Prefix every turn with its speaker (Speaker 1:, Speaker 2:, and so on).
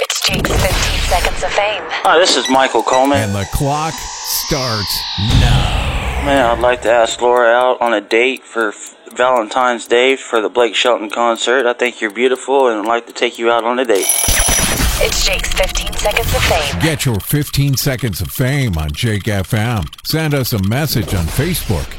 Speaker 1: Jake's 15 Seconds of Fame.
Speaker 2: Hi, this is Michael Coleman.
Speaker 3: And the clock starts now.
Speaker 2: Man, I'd like to ask Laura out on a date for f- Valentine's Day for the Blake Shelton concert. I think you're beautiful and I'd like to take you out on a date.
Speaker 1: It's Jake's 15 Seconds of Fame.
Speaker 3: Get your 15 seconds of fame on Jake FM. Send us a message on Facebook